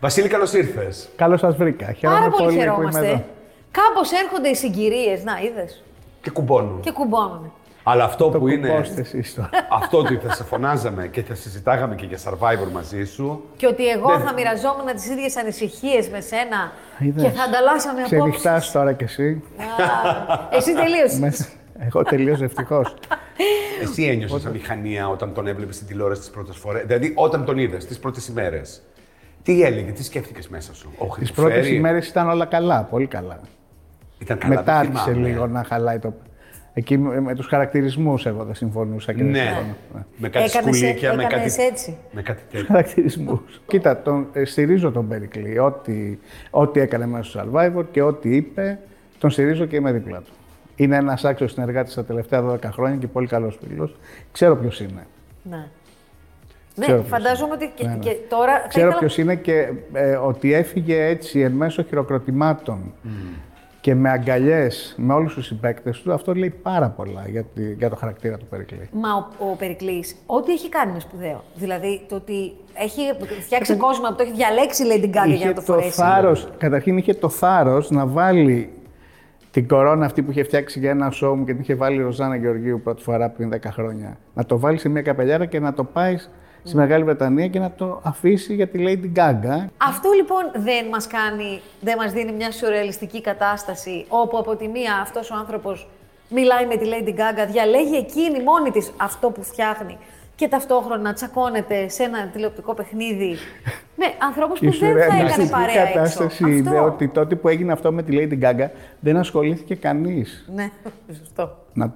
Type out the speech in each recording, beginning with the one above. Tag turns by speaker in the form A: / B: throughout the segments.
A: Βασίλη, καλώς ήρθες.
B: Καλώς σας βρήκα. Χαίρομαι
C: Πάρα πολύ,
B: που είμαι εδώ.
C: χαιρόμαστε. Κάπως έρχονται οι συγκυρίες, να είδες.
A: Και κουμπώνουν.
C: Και κουμπώνουν.
A: Αλλά αυτό
B: Το
A: που είναι.
B: κουμπώστε εσείς τώρα.
A: αυτό ότι θα σε φωνάζαμε και θα συζητάγαμε και για survivor μαζί σου.
C: Και ότι εγώ
A: Ναι.
C: θα μοιραζόμουν τις ίδιες ανησυχίες με σένα
B: Είδες.
C: και θα ανταλλάσσαμε απόψει.
B: Ξενυχτάς τώρα κι εσύ.
C: Εσύ τελείωσες.
B: Μέσα- Εγώ τελείωσα ευτυχώς.
A: Εσύ ένιωσες αμηχανία όταν τον έβλεπες στην τηλεόραση τις πρώτες φορές. Δηλαδή, όταν τον είδες τις πρώτες ημέρες. Τι έλεγε, τι σκέφτηκες μέσα σου. Ο
B: Τις
A: Χριστοφέρη
B: πρώτες ημέρες ήταν όλα καλά, πολύ καλά.
A: Ήταν καλά,
B: Μετά
A: δεν
B: άρχισε
A: θυμάμαι.
B: λίγο να χαλάει το. Εκεί με με τους χαρακτηρισμούς εγώ δεν συμφωνούσα και δεν
A: Ναι,
B: συμφωνώ.
A: με κάτι
C: Έκανες
B: ε-
A: σκουλίκια,
C: έ-
A: με
C: έκανες
A: κάτι.
C: έτσι.
A: Με κάτι τέτοιο.
B: χαρακτηρισμούς. Κοίτα, τον, ε, στηρίζω τον Περικλή. Ό,τι, ό,τι έκανε μέσα στο Survivor και ό,τι είπε, τον στηρίζω και είμαι δίπλα του. Είναι ένας άξιος συνεργάτης τα τελευταία 12 χρόνια και πολύ καλός φίλος. Ξέρω ποιος είναι.
C: Ναι. Ναι,
B: Ξέρω ποιος
C: φαντάζομαι ότι και,
B: Ναι, ναι.
C: και τώρα. θα
B: Ξέρω
C: ήθελα-
B: ποιος είναι και ε, ότι έφυγε έτσι εν μέσω χειροκροτημάτων
C: Mm.
B: και με αγκαλιές με όλους τους συμπαίκτες του. Αυτό λέει πάρα πολλά για, τη- για το χαρακτήρα του Περικλή.
C: Μα ο, ο Περικλής, ό,τι έχει κάνει είναι σπουδαίο. Δηλαδή, το ότι έχει φτιάξει κόσμο που το έχει διαλέξει, λέει την κάρτα για να το
B: Ε, το
C: φορέσει.
B: θάρρος, καταρχήν είχε το θάρρος να βάλει την κορώνα αυτή που είχε φτιάξει για ένα σόου μου και την είχε βάλει η Ροζάνα Γεωργίου πρώτη φορά πριν 10 χρόνια. Να το βάλει σε μια καπελιάρα και να το πάεις στη Μεγάλη Βρετανία και να το αφήσει για τη Lady Gaga.
C: Αυτό λοιπόν δεν μας κάνει, δεν μας δίνει μια σουρεαλιστική κατάσταση όπου από τη μία αυτός ο άνθρωπος μιλάει με τη Lady Gaga, διαλέγει εκείνη μόνη της αυτό που φτιάχνει και ταυτόχρονα τσακώνεται σε ένα τηλεοπτικό παιχνίδι με ανθρώπους που δεν θα έκανε παρέα έξω.
B: κατάσταση είναι ότι τότε που έγινε αυτό με τη Lady Gaga δεν ασχολήθηκε κανείς.
C: Ναι, σωστό.
B: Να...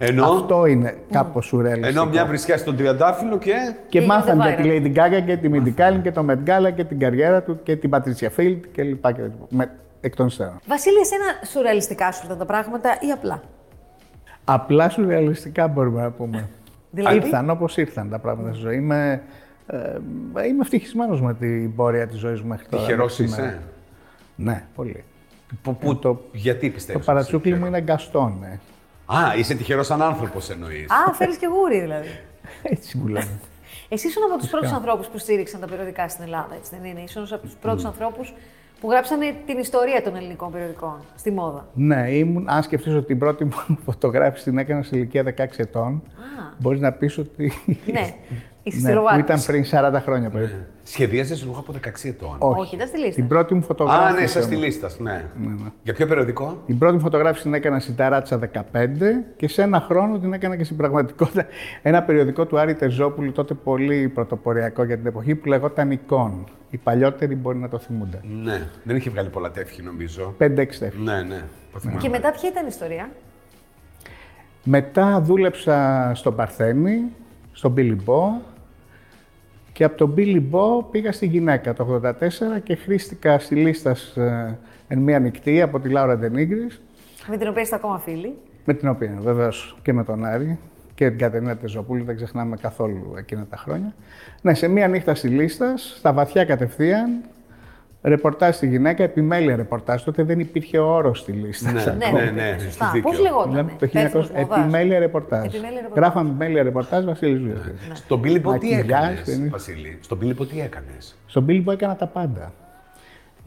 A: Ενώ,
B: Αυτό είναι κάπως σουρεαλιστικό.
A: ενώ μια βρισιά στον τριαντάφυλλο και.
B: Και
C: Και
B: μάθαν για τη
C: γίνεται
B: Lady Gaga και τη Mindy Kaling και το Met Gala και την καριέρα του και την Patricia Field και λοιπά και λοιπά. Με, εκ των υστέρων.
C: Βασίλη, εσένα σουρεαλιστικά σου ήταν τα πράγματα ή απλά.
B: Απλά σουρεαλιστικά μπορούμε να πούμε.
C: Δηλαδή?
B: Ήρθαν όπως ήρθαν τα πράγματα στη ζωή. Είμαι, ε, είμαι ευτυχισμένος με την πορεία της ζωής μου μέχρι τώρα.
A: Τυχερός
B: μέχρι σήμερα.
A: είσαι.
B: Ναι, πολύ. Ε,
A: Που, που,
B: Το-
A: γιατί πιστεύεις.
B: Το παρατσούκλι μου είναι γκαστόν, ε.
A: Α, είσαι τυχερός σαν άνθρωπος εννοείς.
C: Α, φέρεις και γούρι δηλαδή.
B: Έτσι μου λένε.
C: Εσύ ήσουν από τους πρώτους ανθρώπους που στήριξαν τα περιοδικά στην Ελλάδα, έτσι δεν είναι. Ήσουν από τους πρώτους ανθρώπους που γράψανε την ιστορία των ελληνικών περιοδικών στη μόδα.
B: Ναι, ήμουν, αν σκεφτείς ότι την πρώτη μου φωτογράφηση την έκανα σε ηλικία 16 ετών, μπορείς να πεις ότι...
C: ναι, είσαι
B: ναι, που
C: ναι,
B: ήταν πριν 40 χρόνια περίπου.
A: Ναι. Σχεδίαζε ρούχα από 16 ετών.
B: Όχι.
C: Όχι, ήταν στη λίστα.
B: Την πρώτη μου
A: Α,
B: φωτογράφηση.
A: ναι, είσαι στη
B: όμως.
A: λίστα. Ναι. Για ποιο περιοδικό.
B: Την πρώτη μου φωτογράφηση την έκανα στην Ταράτσα 15 και σε ένα χρόνο την έκανα και στην πραγματικότητα. Ένα περιοδικό του Άρη Τεζόπουλου, τότε πολύ πρωτοποριακό για την εποχή, που λεγόταν Εικόν. Οι παλιότεροι μπορεί να το θυμούνται.
A: Ναι. Δεν είχε βγάλει πολλά τεύχη, νομίζω.
B: 5-6 τεύχη.
A: Ναι, ναι. Το θυμάμαι.
C: Και μετά ποια ήταν η ιστορία.
B: Μετά δούλεψα στον Παρθένη, στον Πιλιμπό και από τον Πιλιμπό πήγα στη γυναίκα το 84 και χρήστηκα στη λίστα ε, εν μία νυχτή από τη Λάουρα Ντενίγκρης
C: Με την οποία είστε ακόμα φίλοι.
B: με την οποία βεβαίως και με τον Άρη και την Κατερίνα Τεζοπούλη, δεν ξεχνάμε καθόλου εκείνα τα χρόνια. Ναι, σε μία νύχτα στη λίστα, στα βαθιά κατευθείαν, ρεπορτάζ στη γυναίκα, επιμέλεια ρεπορτάζ. Τότε δεν υπήρχε όρος στη λίστα.
A: Ναι.
C: Ναι,
A: ναι, ναι, έχεις
C: Σωστά.
A: δίκιο.
C: Πώς λεγόταν.
B: Μιλάμε το 1900. Επιμέλεια ρεπορτάζ.
C: Επιμέλεια ρεπορτάζ. Ναι.
B: Γράφαμε επιμέλεια ρεπορτάζ Βασίλης Ζουλίδη.
A: Στον Πίλιππο τι
B: Μακιγιάζ,
A: έκανες,
B: δεν-
A: Βασίλη. Στον Πίλιππο τι έκανες.
B: Στον Πίλιππο έκανα τα πάντα.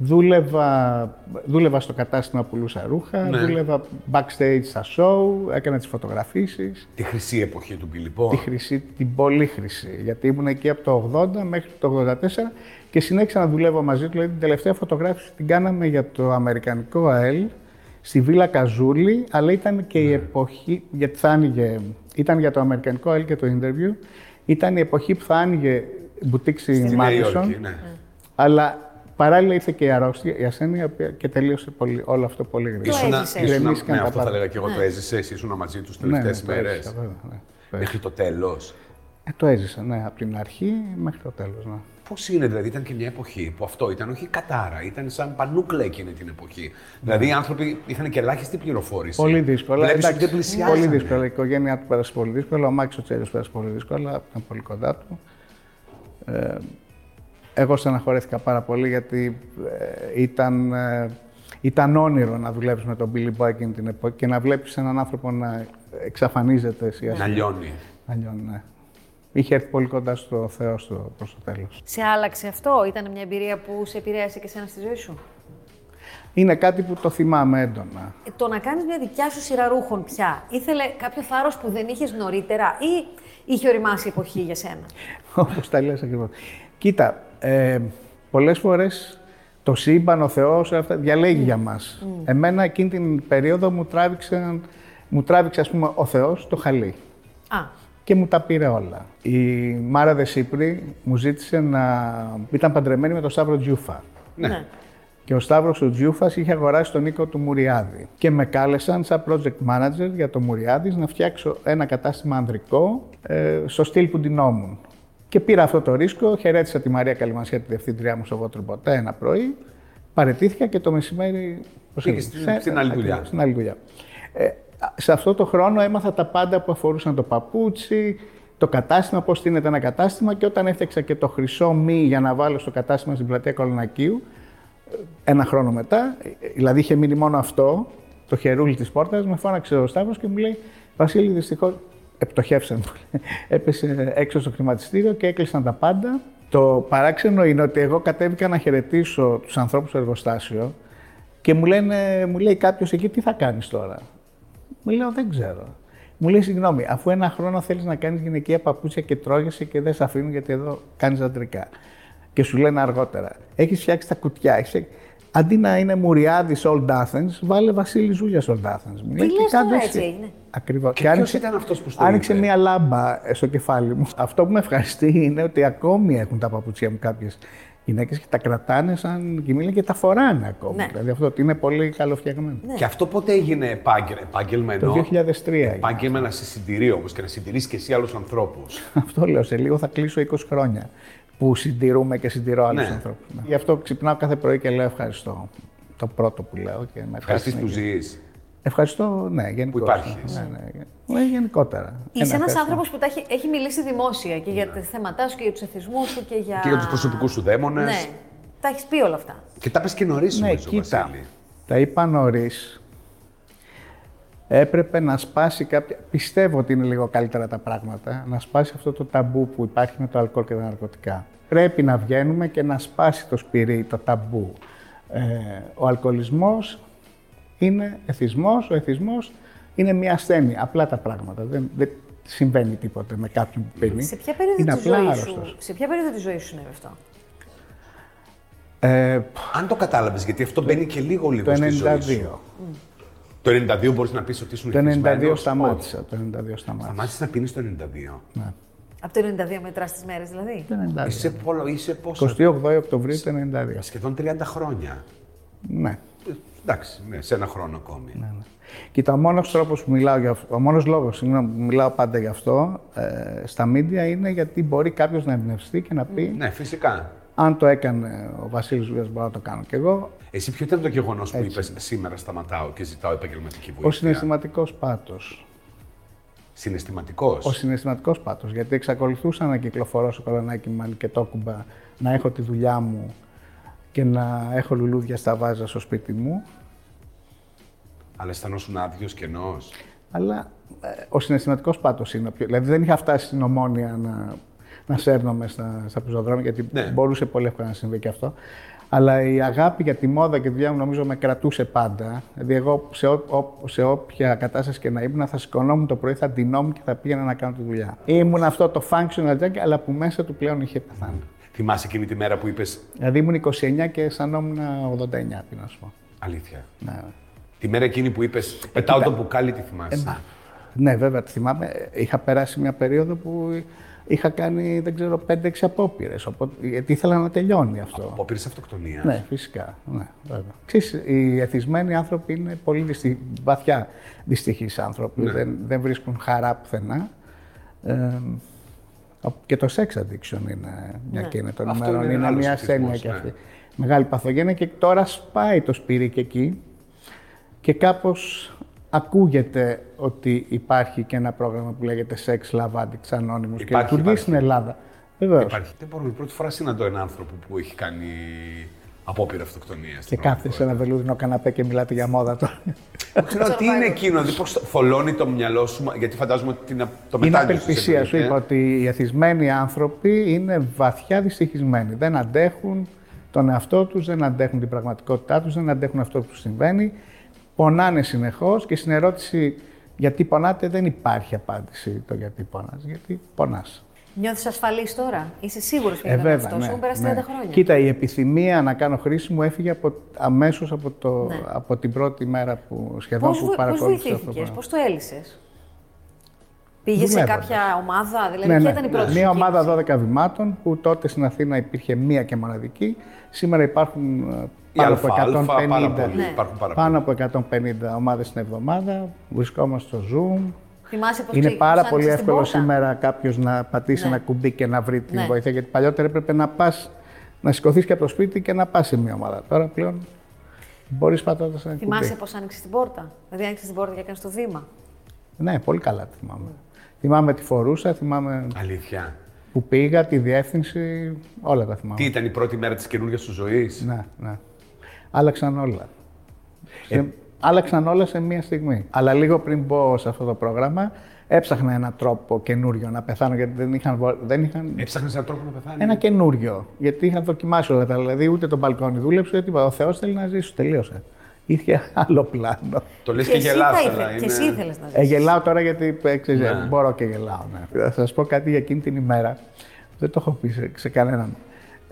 B: Δούλευα, δούλευα στο κατάστημα που πουλούσα ρούχα, δούλευα backstage στα show, έκανα τις φωτογραφίσεις.
A: Τη χρυσή εποχή του Πίλιππο.
B: τη χρυσή, την πολύ χρυσή. Γιατί ήμουν εκεί από το 80 μέχρι το 84 και συνέχισα να δουλεύω μαζί του. Δηλαδή την τελευταία φωτογράφηση την κάναμε για το Αμερικανικό ΑΕΛ στη Βίλα Καζούλη, αλλά ήταν και
A: Ναι.
B: η εποχή, γιατί θα άνοιγε, ήταν για το Αμερικανικό ΑΕΛ και το interview, ήταν η εποχή που θα άνοιγε μπουτίξη
A: Στη Νέα
B: Μάτισον,
A: Υόρκη, ναι.
B: αλλά παράλληλα ήρθε και η αρρώστια, η ασθένεια, η οποία- και τελείωσε πολύ, όλο αυτό πολύ γρήγορα.
A: Ήσουνα-
C: έζησες.
A: ήσουνα-
B: Ηρεμήθηκαν
A: ναι,
B: τα
A: αυτό θα
B: πάντα.
A: λέγα και εγώ. Το έζησε, ήσουν μαζί τους
B: Ναι, ναι,
A: τελευταίες
B: το
A: μέρε.
B: έζησα, βέβαια, ναι, το έζησα.
A: Μέχρι το τέλος.
B: Ε, το έζησα, ναι, από την αρχή μέχρι το τέλος, ναι.
A: Πώς είναι, δηλαδή, ήταν και μια εποχή που αυτό ήταν όχι κατάρα, ήταν σαν πανούκλα εκείνη την εποχή. Δηλαδή, οι άνθρωποι είχαν και ελάχιστη πληροφόρηση.
B: Πολύ δύσκολο.
A: Βλέπεις ότι
B: εντάξει,
A: δεν πλησιάζανε.
B: Πολύ δύσκολο. Η οικογένειά του πέρασε πολύ δύσκολα. Ο Μάξο ο Τσέριος πέρασε πολύ δύσκολα. Ήταν πολύ κοντά του. Ε, εγώ στεναχωρέθηκα πάρα πολύ γιατί ε, ήταν, ε, ήταν όνειρο να δουλεύεις με τον Billy Boy εκείνη την εποχή και να βλέπεις έναν άνθρωπο να εξαφανίζεται σιγά
A: Να
B: σιγά.
A: λιώνει.
B: Να λιώνει, ναι. Είχε έρθει πολύ κοντά στο Θεό στο, προς το τέλος.
C: Σε άλλαξε αυτό, ήταν μια εμπειρία που σε επηρέασε και σένα στη ζωή σου.
B: Είναι κάτι που το θυμάμαι έντονα.
C: Ε, Το να κάνεις μια δικιά σου σειρά ρούχων πια, ήθελε κάποιο θάρρος που δεν είχες νωρίτερα ή είχε οριμάσει η εποχή για σένα.
B: Όπως τα λες ακριβώς. Κοίτα, ε, πολλές φορές το σύμπαν, ο Θεός, όλα αυτά διαλέγει για μας. Εμένα εκείνη την περίοδο μου τράβηξε, μου τράβηξε ας πούμε ο Θεός το χαλί
C: Α,
B: και μου τα πήρε όλα. Η Μάρα Δεσίπρη μου ζήτησε να... ήταν παντρεμένη με τον Σταύρο Τζιούφα.
C: ναι.
B: Και ο Σταύρος ο Τζιούφας είχε αγοράσει τον οίκο του Μουριάδη. Και με κάλεσαν σαν project manager για το Μουριάδης να φτιάξω ένα κατάστημα ανδρικό ε, στο στυλ που ντυνόμουν. Και πήρα αυτό το ρίσκο, χαιρέτησα τη Μαρία Καλυμανσιά, τη διευθύντριά μου στο Βότρομποτέ ένα πρωί. Παρετήθηκα και το μεσημέρι
A: Πήγες στην-
B: σε-
A: στην άλλη δουλειά.
B: ακριβώς, Στην άλλη δουλειά. Ε, σε αυτό το χρόνο έμαθα τα πάντα που αφορούσαν το παπούτσι, το κατάστημα, πώς στείνεται ένα κατάστημα και όταν έφτιαξα και το χρυσό μη για να βάλω στο κατάστημα στην πλατεία Κολονακίου, ένα χρόνο μετά, ε, δηλαδή είχε μείνει μόνο αυτό, το χερούλι της πόρτας, με φώναξε ο Σταύρος και μου λέει «Βασίλη, δυστυχώς επτοχεύσαν». μου λέει. Έπεσε έξω στο χρηματιστήριο και έκλεισαν τα πάντα. Το παράξενο είναι ότι εγώ κατέβηκα να χαιρετήσω τους ανθρώπους στο εργοστάσιο και μου, λένε, μου λέει κάποιος εκεί τι θα κάνεις τώρα. Μου λέω δεν ξέρω. Μου λέει συγγνώμη, αφού ένα χρόνο θέλεις να κάνεις γυναικεία παπούτσια και τρώγεσαι και δεν σε αφήνουν γιατί εδώ κάνεις αντρικά. Και σου λένε αργότερα, έχεις φτιάξει τα κουτιά, έχεις... Αντί να είναι Μουριάδης Old Athens, βάλε Βασίλης Ζούλια Old Athens. Μου λέει,
C: λες
B: «Και
C: τώρα,
B: κάντε
C: έτσι
B: εσύ».
C: έγινε.
B: Ακριβώς.
A: ποιος ήταν αυτός που στο
B: Άνοιξε
A: είπε?
B: μία λάμπα ε, στο κεφάλι μου. Αυτό που με ευχαριστεί είναι ότι ακόμη έχουν τα παπούτσια μου κάποιες γυναίκες και τα κρατάνε σαν κοιμήλια και τα φοράνε ακόμη.
C: Ναι.
B: Δηλαδή αυτό ότι είναι πολύ καλοφτιαγμένο.
A: Και αυτό πότε έγινε επάγγελμα, επάγγελμα εννοώ.
B: Το 2003. έγινε.
A: Επάγγελμα να σε συντηρεί όμως και να συντηρείς και εσύ άλλους ανθρώπους.
B: Αυτό λέω σε λίγο, θα κλείσω 20 χρόνια που συντηρούμε και συντηρώ άλλους
A: Ναι.
B: ανθρώπους. Γι' αυτό ξυπνάω κάθε πρωί και λέω ευχαριστώ. Το πρώτο που λέω και με
A: Ευχαριστή που
B: ευχαριστώ.
A: ζεις.
B: Ευχαριστώ, ναι, γενικότερα.
A: υπάρχεις.
B: Ναι, ναι, ναι, γενικότερα.
C: Είσαι ένα
B: ευχαριστώ.
C: άνθρωπος που τα έχει, έχει μιλήσει δημόσια και
B: Ναι.
C: για τα θέματα σου και για τους εθισμούς σου και για.
A: Και για τους προσωπικούς σου δαίμονες.
C: Ναι. Τα έχεις πει όλα αυτά.
A: Και τα πες και νωρίς
B: Ναι,
A: νομίζω,
B: κοίτα.
A: Βασίλη.
B: Τα είπα νωρίς. Έπρεπε να σπάσει κάποια. Πιστεύω ότι είναι λίγο καλύτερα τα πράγματα. Να σπάσει αυτό το ταμπού που υπάρχει με το αλκοόλ και τα ναρκωτικά. Πρέπει να βγαίνουμε και να σπάσει το σπυρί, το ταμπού. Ε, ο αλκοολισμός είναι εθισμός, ο εθισμός είναι μια ασθένεια. Απλά τα πράγματα. Δεν, δεν συμβαίνει τίποτα με κάποιον που πίνει.
C: Σε ποια περίοδο
B: είναι
C: της
B: απλά
C: ζωής
B: άρρωστος.
C: σου, σε ποια περίοδο της ζωής σου συνέβη αυτό.
B: Ε,
A: Αν το κατάλαβες, γιατί αυτό μπαίνει και λίγο λίγο
B: το
A: στη ζωή σου.
B: 92.
A: Το 92 μπορείς να πεις ότι ήσουν
B: Το 92
A: εθισμένος.
B: σταμάτησα. Το 92 σταμάτησα.
A: Σταμάτησες να πίνεις το 92.
C: Από το 92 μετράς τις μέρες δηλαδή.
B: Το 92.
A: Είσαι, πολλο, είσαι πόσο.
B: 28 Οκτωβρίου του 92.
A: Σχεδόν 30 χρόνια.
B: Ναι.
A: Ε, Εντάξει, ναι, σε ένα χρόνο ακόμη.
B: ναι, ναι. Κοίτα, ο μόνος τρόπος που μιλάω για αυτό, ο μόνος λόγος συγγνώμη, που μιλάω πάντα για αυτό ε, στα μίντια είναι γιατί μπορεί κάποιος να εμπνευστεί και να πει
A: Ναι, φυσικά.
B: αν το έκανε ο Βασίλης Ζουλίας μπορώ να το κάνω κι εγώ.
A: Εσύ ποιο ήταν το γεγονός που είπες σήμερα σταματάω και ζητάω επαγγελματική βοήθεια.
B: Ο συναισθηματικός πάτος.
A: Συναισθηματικός.
B: Ο συναισθηματικός πάτος, γιατί εξακολουθούσα να κυκλοφορώ στο κολονάκι μου και το κουμπα, να έχω τη δουλειά μου και να έχω λουλούδια στα βάζα στο σπίτι μου.
A: Αλλά αισθανόσουν άδειος κενό.
B: Αλλά ε, ο συναισθηματικός πάτος είναι. ο πιο- Δηλαδή δεν είχα φτάσει στην ομόνια να, να σέρνομαι στα, στα πεζοδρόμια, γιατί
A: Ναι.
B: μπορούσε πολύ εύκολα να συμβεί και αυτό. Αλλά η αγάπη για τη μόδα και τη δουλειά μου νομίζω με κρατούσε πάντα. Δηλαδή, εγώ σε, ό, ό- σε όποια κατάσταση και να ήμουν, θα σηκωνόμουν το πρωί, θα ντυνόμουν και θα πήγαινα να κάνω τη δουλειά. Ήμουν αυτό το functional junkie, αλλά που μέσα του πλέον είχε πεθάνει.
A: Θυμάσαι εκείνη τη μέρα που είπες
B: Δηλαδή, ήμουν 29 και αισθανόμουν 89, τι να σου πω.
A: αλήθεια.
B: Ναι, ναι.
A: Τη μέρα εκείνη που είπες Πετάω το μπουκάλι, τη θυμάσαι.
B: Ε, Ναι, βέβαια, τη θυμάμαι. Είχα περάσει μια περίοδο που είχα κάνει, δεν ξέρω, 5-6 απόπειρε. Γιατί ήθελα να τελειώνει αυτό.
A: από πήρε αυτοκτονίας.
B: Ναι, φυσικά. Ναι, βέβαια. Ξέρεις, οι εθισμένοι άνθρωποι είναι πολύ δυστι... βαθιά δυστυχείς άνθρωποι.
A: Ναι.
B: Δεν, δεν βρίσκουν χαρά πουθενά. Ε, και το sex addiction είναι μια κίνη των
A: Αυτό
B: ημερών.
A: είναι
B: Είναι,
A: άλλος
B: μια
A: εθισμός,
B: ασθένεια κι
A: ναι.
B: αυτή. Μεγάλη παθογένεια και τώρα σπάει το σπίρι και εκεί. Και κάπως ακούγεται ότι υπάρχει και ένα πρόγραμμα που λέγεται Sex Love Addicts Anonymous
A: Υπάρχει,
B: και λειτουργεί
A: υπάρχει.
B: στην Ελλάδα. Βεβαίως.
A: Υπάρχει. Δεν μπορώ. Πρώτη φορά συναντώ έναν άνθρωπο που έχει κάνει Απόπειρα αυτοκτονίας.
B: Και κάθεται σε ένα βελούδινο καναπέ και μιλάτε για μόδα τώρα.
A: Ξέρω τι είναι εκείνο, δηλαδή πώ θολώνει το μυαλό σου, μα- γιατί φαντάζομαι ότι την, α- το
B: Είναι
A: μετάλλιο
B: απελπισία. Σου
A: ε?
B: είπα ότι οι εθισμένοι άνθρωποι είναι βαθιά δυστυχισμένοι. Δεν αντέχουν τον εαυτό τους, δεν αντέχουν την πραγματικότητά τους, δεν αντέχουν αυτό που του συμβαίνει. Πονάνε συνεχώς και στην ερώτηση γιατί πονάτε δεν υπάρχει απάντηση το γιατί πονάς, γιατί πονάς.
C: Νιώθεις ασφαλής τώρα. Είσαι σίγουρος ότι
B: Ε,
C: ήταν
B: βέβαια,
C: αυτό.
B: ναι,
C: Έχουν περάσει 30
B: ναι.
C: χρόνια.
B: Κοίτα, η επιθυμία να κάνω χρήση μου έφυγε από, αμέσως από, το,
C: Ναι.
B: από την πρώτη μέρα που σχεδόν
C: Πώς
B: που παρακολούθησα αυτό. το
C: βοηθήθηκες,
B: πράγμα.
C: πώς το έλυσες. Πήγες σε
B: Δουλεύοντας.
C: κάποια ομάδα, δηλαδή
B: ναι,
C: ποια
B: ναι.
C: ήταν η πρώτη. σου
B: Μία
C: κίνηση?
B: ομάδα 12 βημάτων που τότε στην Αθήνα υπήρχε μία και μοναδική. Σήμερα υπάρχουν ε,
A: Η
B: πάνω από
A: αλφα-αλφα,
B: 150,
A: πάρα πολύ,
C: Ναι.
A: Υπάρχουν πάρα
B: πάνω από 150 ομάδες την εβδομάδα. Βρισκόμαστε στο Zoom.
C: Θυμάσαι πως
B: Είναι
C: ξε-
B: πάρα
C: ψάχνεις
B: πολύ
C: την
B: εύκολο
C: πόρτα.
B: σήμερα κάποιος να πατήσει
C: Ναι.
B: ένα κουμπί και να βρει την
C: Ναι.
B: βοήθεια. Γιατί παλιότερα έπρεπε να πας να σηκωθείς και από το σπίτι και να πας σε μια ομάδα. Τώρα πλέον μπορείς πατώντας ένα
C: Θυμάσαι
B: κουμπί.
C: πώ άνοιξες την πόρτα. Δηλαδή άνοιξες την πόρτα και έκανες το βήμα.
B: Ναι, πολύ καλά τη θυμάμαι. Θυμάμαι τι φορούσα, θυμάμαι
A: πολύ. Αλήθεια.
B: που πήγα, τη διεύθυνση, όλα τα θυμάμαι.
A: Τι ήταν η πρώτη μέρα της καινούργιας σου ζωής.
B: Ναι, ναι. Άλλαξαν όλα. Σε- Άλλαξαν όλα σε μία στιγμή. Αλλά λίγο πριν μπω σε αυτό το πρόγραμμα, έψαχνα έναν τρόπο καινούριο να πεθάνω, γιατί δεν είχαν, βο- δεν είχαν
A: Έψαχνες έναν τρόπο να πεθάνεις.
B: Ναι. ένα καινούριο. Γιατί είχαν δοκιμάσει όλα τα. Δηλαδή, ούτε το μπαλκόνι δούλεψε, ούτε τίποτα. Ο Θεός θέλει να ζήσω. Τελείωσε. Είχε άλλο πλάνο.
A: Το λες και,
C: εσύ
A: γελάς,
C: θα
A: αλλά
C: ήθε- Και
A: είναι-
C: εσύ ήθελες να
B: Ε,
C: δει.
B: γελάω τώρα γιατί ε, ξέρεις,
A: Ναι.
B: μπορώ και γελάω. Ναι. Θα σας πω κάτι για εκείνη την ημέρα. Δεν το έχω πει σε, σε κανέναν.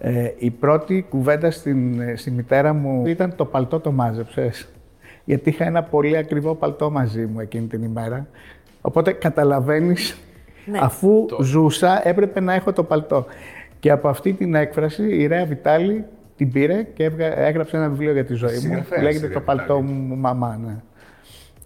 B: Ε, η πρώτη κουβέντα στην, ε, στη μητέρα μου ήταν το παλτό το μάζεψες. Γιατί είχα ένα πολύ ακριβό παλτό μαζί μου εκείνη την ημέρα. Οπότε καταλαβαίνεις,
C: Ναι.
B: αφού ζούσα, έπρεπε να έχω το παλτό. Και από αυτή την έκφραση η Ρέα Βιτάλη την πήρε και έβγα- έγραψε ένα βιβλίο για τη ζωή μου.
A: Συγγραφέας,
B: Λέγεται
A: η
B: Το
A: Ρέα
B: παλτό
A: Βιτάλη.
B: μου μαμά. Ναι.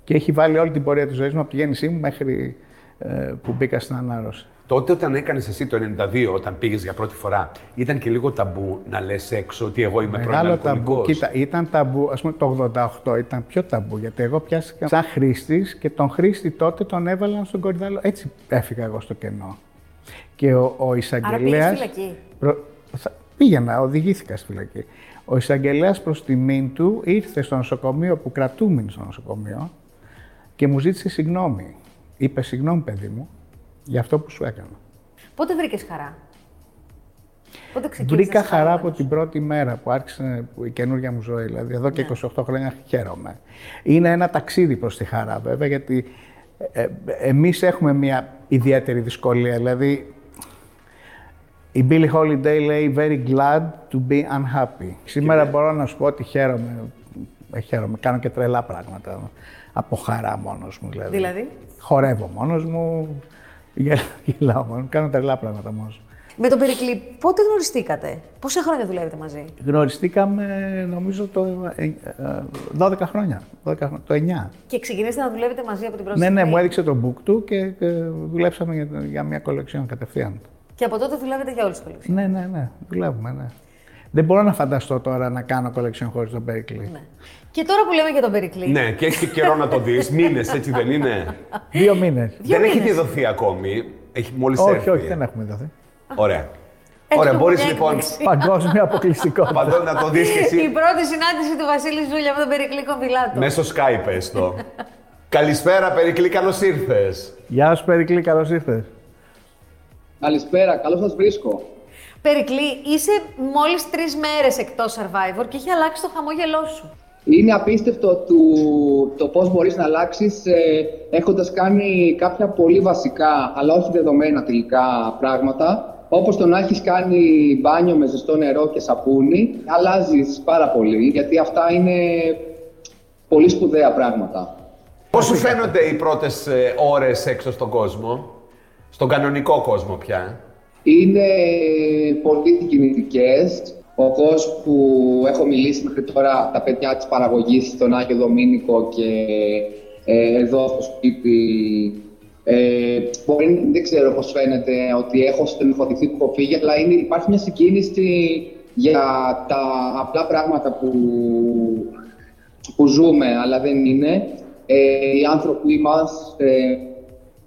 B: Και έχει βάλει όλη την πορεία της ζωής μου από τη γέννησή μου μέχρι ε, που μπήκα στην ανάρρωση.
A: Τότε όταν έκανες εσύ το 92, όταν πήγες για πρώτη φορά, ήταν και λίγο ταμπού να λες έξω ότι εγώ είμαι πρώην
B: Μεγάλο ταμπού.
A: αλκοολικός.
B: Κοίτα, ήταν ταμπού, ας πούμε το 88 ήταν πιο ταμπού. Γιατί εγώ πιάστηκα σαν χρήστης και τον χρήστη τότε τον έβαλαν στον κορυδάλο. Έτσι έφυγα εγώ στο κενό. Και ο, ο εισαγγελέας.
C: πήγες φυλακή.
B: Πήγαινα, οδηγήθηκα στη φυλακή. Ο εισαγγελέας προς τιμήν του ήρθε στο νοσοκομείο που κρατούμενη στο νοσοκομείο και μου ζήτησε συγγνώμη. Είπε συγγνώμη, παιδί μου, για αυτό που σου έκανα.
C: Πότε βρήκες χαρά. Πότε ξεκίνησες.
B: Βρήκα χαρά από την πρώτη μέρα που άρχισε η καινούργια μου ζωή. Δηλαδή, εδώ και 28 χρόνια χαίρομαι. Είναι ένα ταξίδι προς τη χαρά, βέβαια, γιατί ε, ε, εμείς έχουμε μια ιδιαίτερη δυσκολία. Δηλαδή, η Billie Holiday λέει «Very glad to be unhappy». Σήμερα μπορώ να σου πω ότι χαίρομαι, ε, χαίρομαι, κάνω και τρελά πράγματα από χαρά μόνος μου. Δηλαδή,
C: Δηλαδή?
B: χορεύω μόνος μου, γελα- γελάω μόνος μου, κάνω τρελά πράγματα μόνος μου.
C: Με τον Περικλή, πότε γνωριστήκατε. Πόσα χρόνια δουλεύετε μαζί.
B: Γνωριστήκαμε νομίζω το ε, ε, 12 χρόνια, 12 χρόνια, το 9.
C: Και ξεκινήσατε να δουλεύετε μαζί από την πρώτη
B: Ναι, ναι,
C: στιγμή.
B: μου έδειξε το book του και ε, δουλέψαμε για, για μια κολεξιόν κατευθείαν.
C: Και από τότε δουλεύετε για όλου του κολλήψει.
B: Ναι, ναι, ναι, δουλεύουμε, ναι. Δεν μπορώ να φανταστώ τώρα να κάνω κολεξιόν χωρίς τον Berkeley.
C: Ναι. Και τώρα που λέμε για τον Περικλή.
A: Ναι, και έχει και καιρό να το δεις. Μήνες, έτσι δεν είναι.
B: Δύο μήνες.
A: δεν έχει
C: μήνες.
A: διαδοθεί ακόμη. Έχει μόλις έρθει.
B: όχι, όχι, δεν έχουμε δοθεί.
A: Ωραία.
C: Ε, Έχουμε
A: Ωραία, μπορεί
C: μια
A: λοιπόν
C: έκπληξη.
B: Παγκόσμια αποκλειστικότητα.
A: παντών να το δεις και
C: Η
A: εσύ Ναι.
C: πρώτη συνάντηση του Βασίλη Ζούλια με τον Περικλή Κομπιλάτο.
A: μέσω Skype έστω. Καλησπέρα, Περικλή, καλώς ήρθες.
B: Γεια σου, Περικλή, καλώς ήρθες.
D: Καλησπέρα, καλώς σας βρίσκω.
C: Περικλή, είσαι μόλις τρεις μέρες εκτός survivor και έχει αλλάξει το χαμόγελό σου.
D: Είναι απίστευτο του, το πώς μπορείς να αλλάξεις ε, έχοντας κάνει κάποια πολύ βασικά, αλλά όχι δεδομένα τελικά πράγματα, όπως το να έχεις κάνει μπάνιο με ζεστό νερό και σαπούνι, αλλάζεις πάρα πολύ, γιατί αυτά είναι πολύ σπουδαία πράγματα.
A: Πώς σου φαίνονται οι πρώτες ώρες έξω στον κόσμο, στον κανονικό κόσμο πια.
D: Είναι πολύ κινητικές. Ο κόσμος που έχω μιλήσει μέχρι τώρα, τα παιδιά της παραγωγής στον Άγιο Δομήνικο και ε, εδώ στο σπίτι, ε, μπορεί, δεν ξέρω πώς φαίνεται ότι έχω στενοχωρηθεί που έχω φύγει, αλλά είναι, υπάρχει μια συγκίνηση για τα απλά πράγματα που, που ζούμε, αλλά δεν είναι. Ε, οι άνθρωποι μας ε,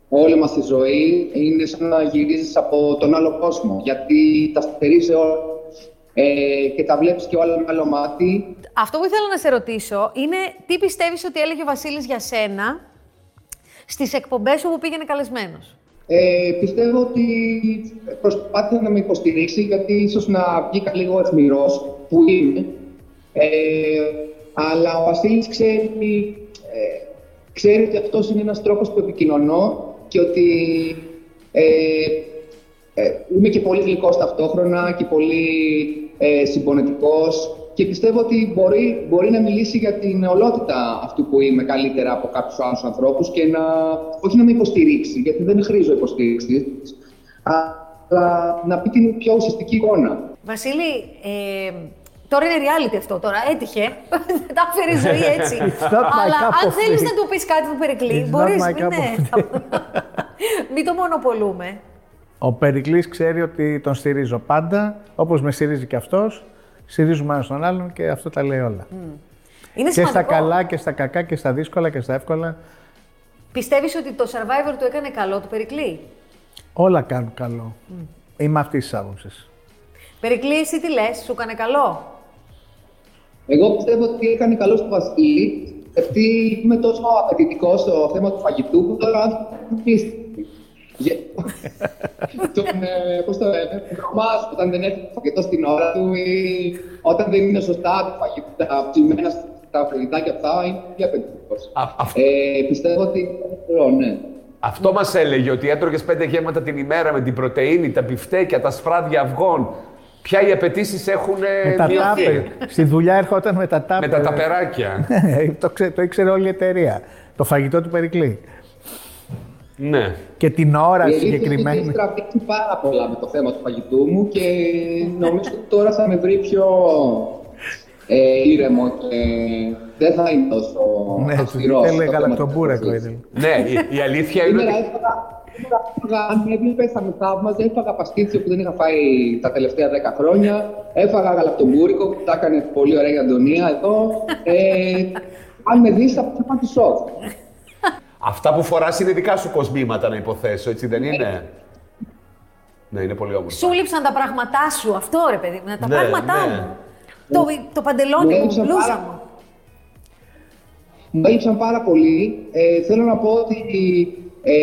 D: όλη μας τη ζωή είναι σαν να γυρίζεις από τον άλλο κόσμο. Γιατί τα στερείς όλα ε, και τα βλέπεις και όλα με άλλο μάτι.
C: Αυτό που ήθελα να σε ρωτήσω είναι τι πιστεύεις ότι έλεγε ο Βασίλης για σένα στις εκπομπές όπου πήγαινε καλεσμένος.
D: Ε, πιστεύω ότι προσπάθησε να με υποστηρίξει γιατί ίσως να βγήκα λίγο εθμηρός που είμαι. Ε, αλλά ο Βασίλης ξέρει, ε, ξέρει ότι αυτός είναι ένας τρόπος που επικοινωνώ και ότι ε, ε, είμαι και πολύ γλυκός ταυτόχρονα και πολύ ε, συμπονετικός και πιστεύω ότι μπορεί, μπορεί να μιλήσει για την νεολότητα αυτού που είμαι καλύτερα από κάποιους άλλους ανθρώπους και να, όχι να με υποστηρίξει, γιατί δεν χρήζω υποστήριξης, αλλά να πει την πιο ουσιαστική εικόνα.
C: Βασίλη, ε, τώρα είναι reality αυτό τώρα, έτυχε, τα φέρει η ζωή έτσι.
B: It's not my
C: Αλλά
B: cup
C: αν
B: of
C: θέλεις
B: tea.
C: να του πεις κάτι που περικλεί,
B: It's not
C: μπορείς,
B: my
C: μην,
B: cup
C: ναι.
B: of
C: μην το μονοπολούμε.
B: Ο Περικλής ξέρει ότι τον στηρίζω πάντα, όπως με στηρίζει και αυτός. Στηρίζουμε ένας τον άλλον και αυτό τα λέει όλα.
C: Είναι
B: και στα
C: σημαντικό.
B: καλά και στα κακά και στα δύσκολα και στα εύκολα.
C: Πιστεύεις ότι το Survivor του έκανε καλό του Περικλή.
B: Όλα κάνουν καλό. Είμαι αυτής της άποψης.
C: Περικλή, εσύ τι λες, σου έκανε καλό.
D: Εγώ πιστεύω ότι έκανε καλός στο Βασίλη, γιατί είμαι τόσο απαιτητικός στο θέμα του φαγητού που τώρα πίστη. τον, ε, πώς το λένε, τον τρομάζω όταν δεν έρθει το φαγητό στην ώρα του ή όταν δεν είναι σωστά το φαγητό, τα ψημένα τα φαγητά και αυτά, είναι πολύ απαιτητικός.
A: Α- αυτό-
D: Ε, πιστεύω ότι είναι καλό, ναι.
A: Αυτό μας έλεγε ότι έτρωγες πέντε γέμματα την ημέρα με την πρωτενη, τα μπιφτέκια, τα σφράδια αυγών. Πια οι απαιτήσεις έχουν ε,
B: Με τα
A: μειωθεί.
B: τάπερ. Στη δουλειά ερχόταν με τα τάπερ.
A: Με τα ταπεράκια.
B: το, ξέ- το ήξερε όλη η εταιρεία. Το φαγητό του Περικλή.
A: ναι.
B: Και την ώρα
D: Η αλήθεια είναι ότι
B: συγκεκριμένη.
D: Έχει τραβήξει πάρα πολλά με το θέμα του φαγητού μου και νομίζω ότι τώρα θα με βρει πιο ε, ήρεμο και δεν θα είναι τόσο
B: Ναι, του
D: αυστηρός. στο
B: έλεγε
D: θέμα
B: γαλακτομπούρεκο.
D: της φαγητής.
B: ήταν.
A: ναι, η, η αλήθεια είναι
D: Σήμερα
A: ότι.
D: έφαγα, σήμερα έφαγα- αν με έβλεπες θα με θαύμαζε, έφαγα παστίτσιο που δεν είχα φάει τα τελευταία 10 χρόνια, έφαγα γαλακτομπούρικο που τα έκανε πολύ ωραία η Αντωνία εδώ. Ε, αν με δεις θα πάω τη σοκ.
A: Αυτά που φοράς είναι δικά σου κοσμήματα, να υποθέσω, έτσι δεν είναι. ναι, είναι πολύ όμορφο.
C: Σου λείψαν τα πράγματά σου, αυτό ρε παιδί μου, τα
A: Ναι,
C: πράγματά
A: ναι.
C: μου. Το, το παντελόνι
D: Μου
C: μου,
D: έλειψαν
C: μπλούζα
D: πάρα
C: μου.
D: Μου έλειψαν πάρα πολύ. Ε, θέλω να πω ότι ε,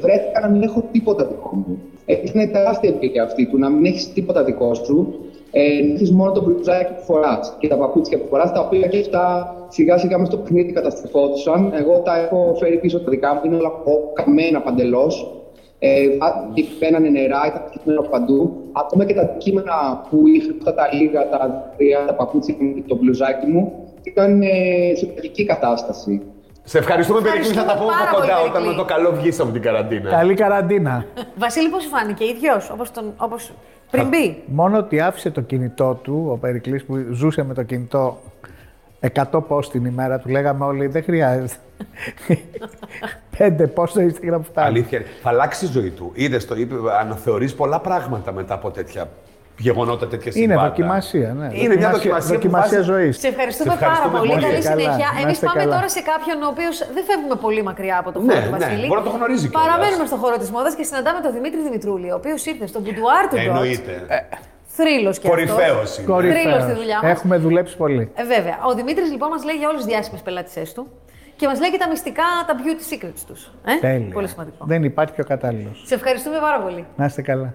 D: βρέθηκα να μην έχω τίποτα δικό μου. Ε, είναι τεράστια εμπειρία αυτή του να μην έχεις τίποτα δικό σου. Ε, να έχεις μόνο το μπλουζάκι που φοράς και τα παπούτσια που φοράς, τα οποία και αυτά σιγά σιγά μέσα στο παιχνίδι καταστρεφόντουσαν. Εγώ τα έχω φέρει πίσω τα δικά μου, είναι όλα κο- καμένα παντελώς. Ε, βά- και μπαίνανε νερά, ήταν κείμενα από παντού. Ακόμα και τα κείμενα που είχα, αυτά τα λίγα, τα δάκρυα, τα παπούτσια μου και το μπλουζάκι μου, ήταν ε, σε τραγική κατάσταση.
A: Σε ευχαριστούμε, Περικλή. Θα τα πούμε
C: Ευχαριστούμε πάρα
A: από κοντά
C: πολύ,
A: όταν
C: Περικλή.
A: με το καλό βγει από την καραντίνα.
B: Καλή καραντίνα.
C: Βασίλη, πώς σου φάνηκε, ίδιος, όπως, τον, όπως πριν μπει.
B: Μόνο ότι άφησε το κινητό του, ο Περικλής που ζούσε με το κινητό 100 post την ημέρα, του λέγαμε όλοι, δεν χρειάζεται. Πέντε post στο Instagram φτάνει.
A: Αλήθεια. είναι. Θα αλλάξει η ζωή του. Είδες το, είπε, αναθεωρείς πολλά πράγματα μετά από τέτοια γεγονότα, τέτοια
B: Είναι
A: συμβάντα.
B: δοκιμασία, ναι.
A: Είναι μια δοκιμασία.
B: δοκιμασία
A: που βάζει-
B: ζωής.
C: Σε ευχαριστούμε,
A: Σε ευχαριστούμε
C: πάρα πολύ.
A: πολύ.
C: Καλή
B: Καλά,
C: συνέχεια.
B: να
C: Εμείς
B: είστε
C: πάμε
B: καλά.
C: τώρα σε κάποιον ο οποίος δεν φεύγουμε πολύ μακριά από το χώρο
A: Ναι,
C: του
A: ναι,
C: Βασίλη.
A: μπορεί να το γνωρίζει κιόλας.
C: Παραμένουμε στο χώρο της μόδας και συναντάμε τον Δημήτρη Δημητρούλη, ο οποίος ήρθε στον μπουντουάρ του Ντότ.
A: Εννοείται.
C: Θρύλο Ε, και
A: Κορυφαίο
C: αυτός.
A: είναι.
B: Κορυφαίος.
C: Τρίλος στη δουλειά μας.
B: Έχουμε δουλέψει πολύ.
C: Ε, βέβαια. Ο Δημήτρης λοιπόν μας λέει για όλες τις διάσημες πελάτησές του και μας λέει και τα μυστικά, τα beauty secrets τους. Ε?
B: Τέλεια.
C: Πολύ σημαντικό.
B: Δεν υπάρχει πιο κατάλληλος.
C: Σε ευχαριστούμε πάρα πολύ.
B: Να είστε καλά.